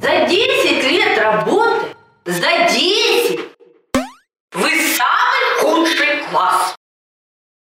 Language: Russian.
За 10 лет работы, за 10 вы самый худший класс.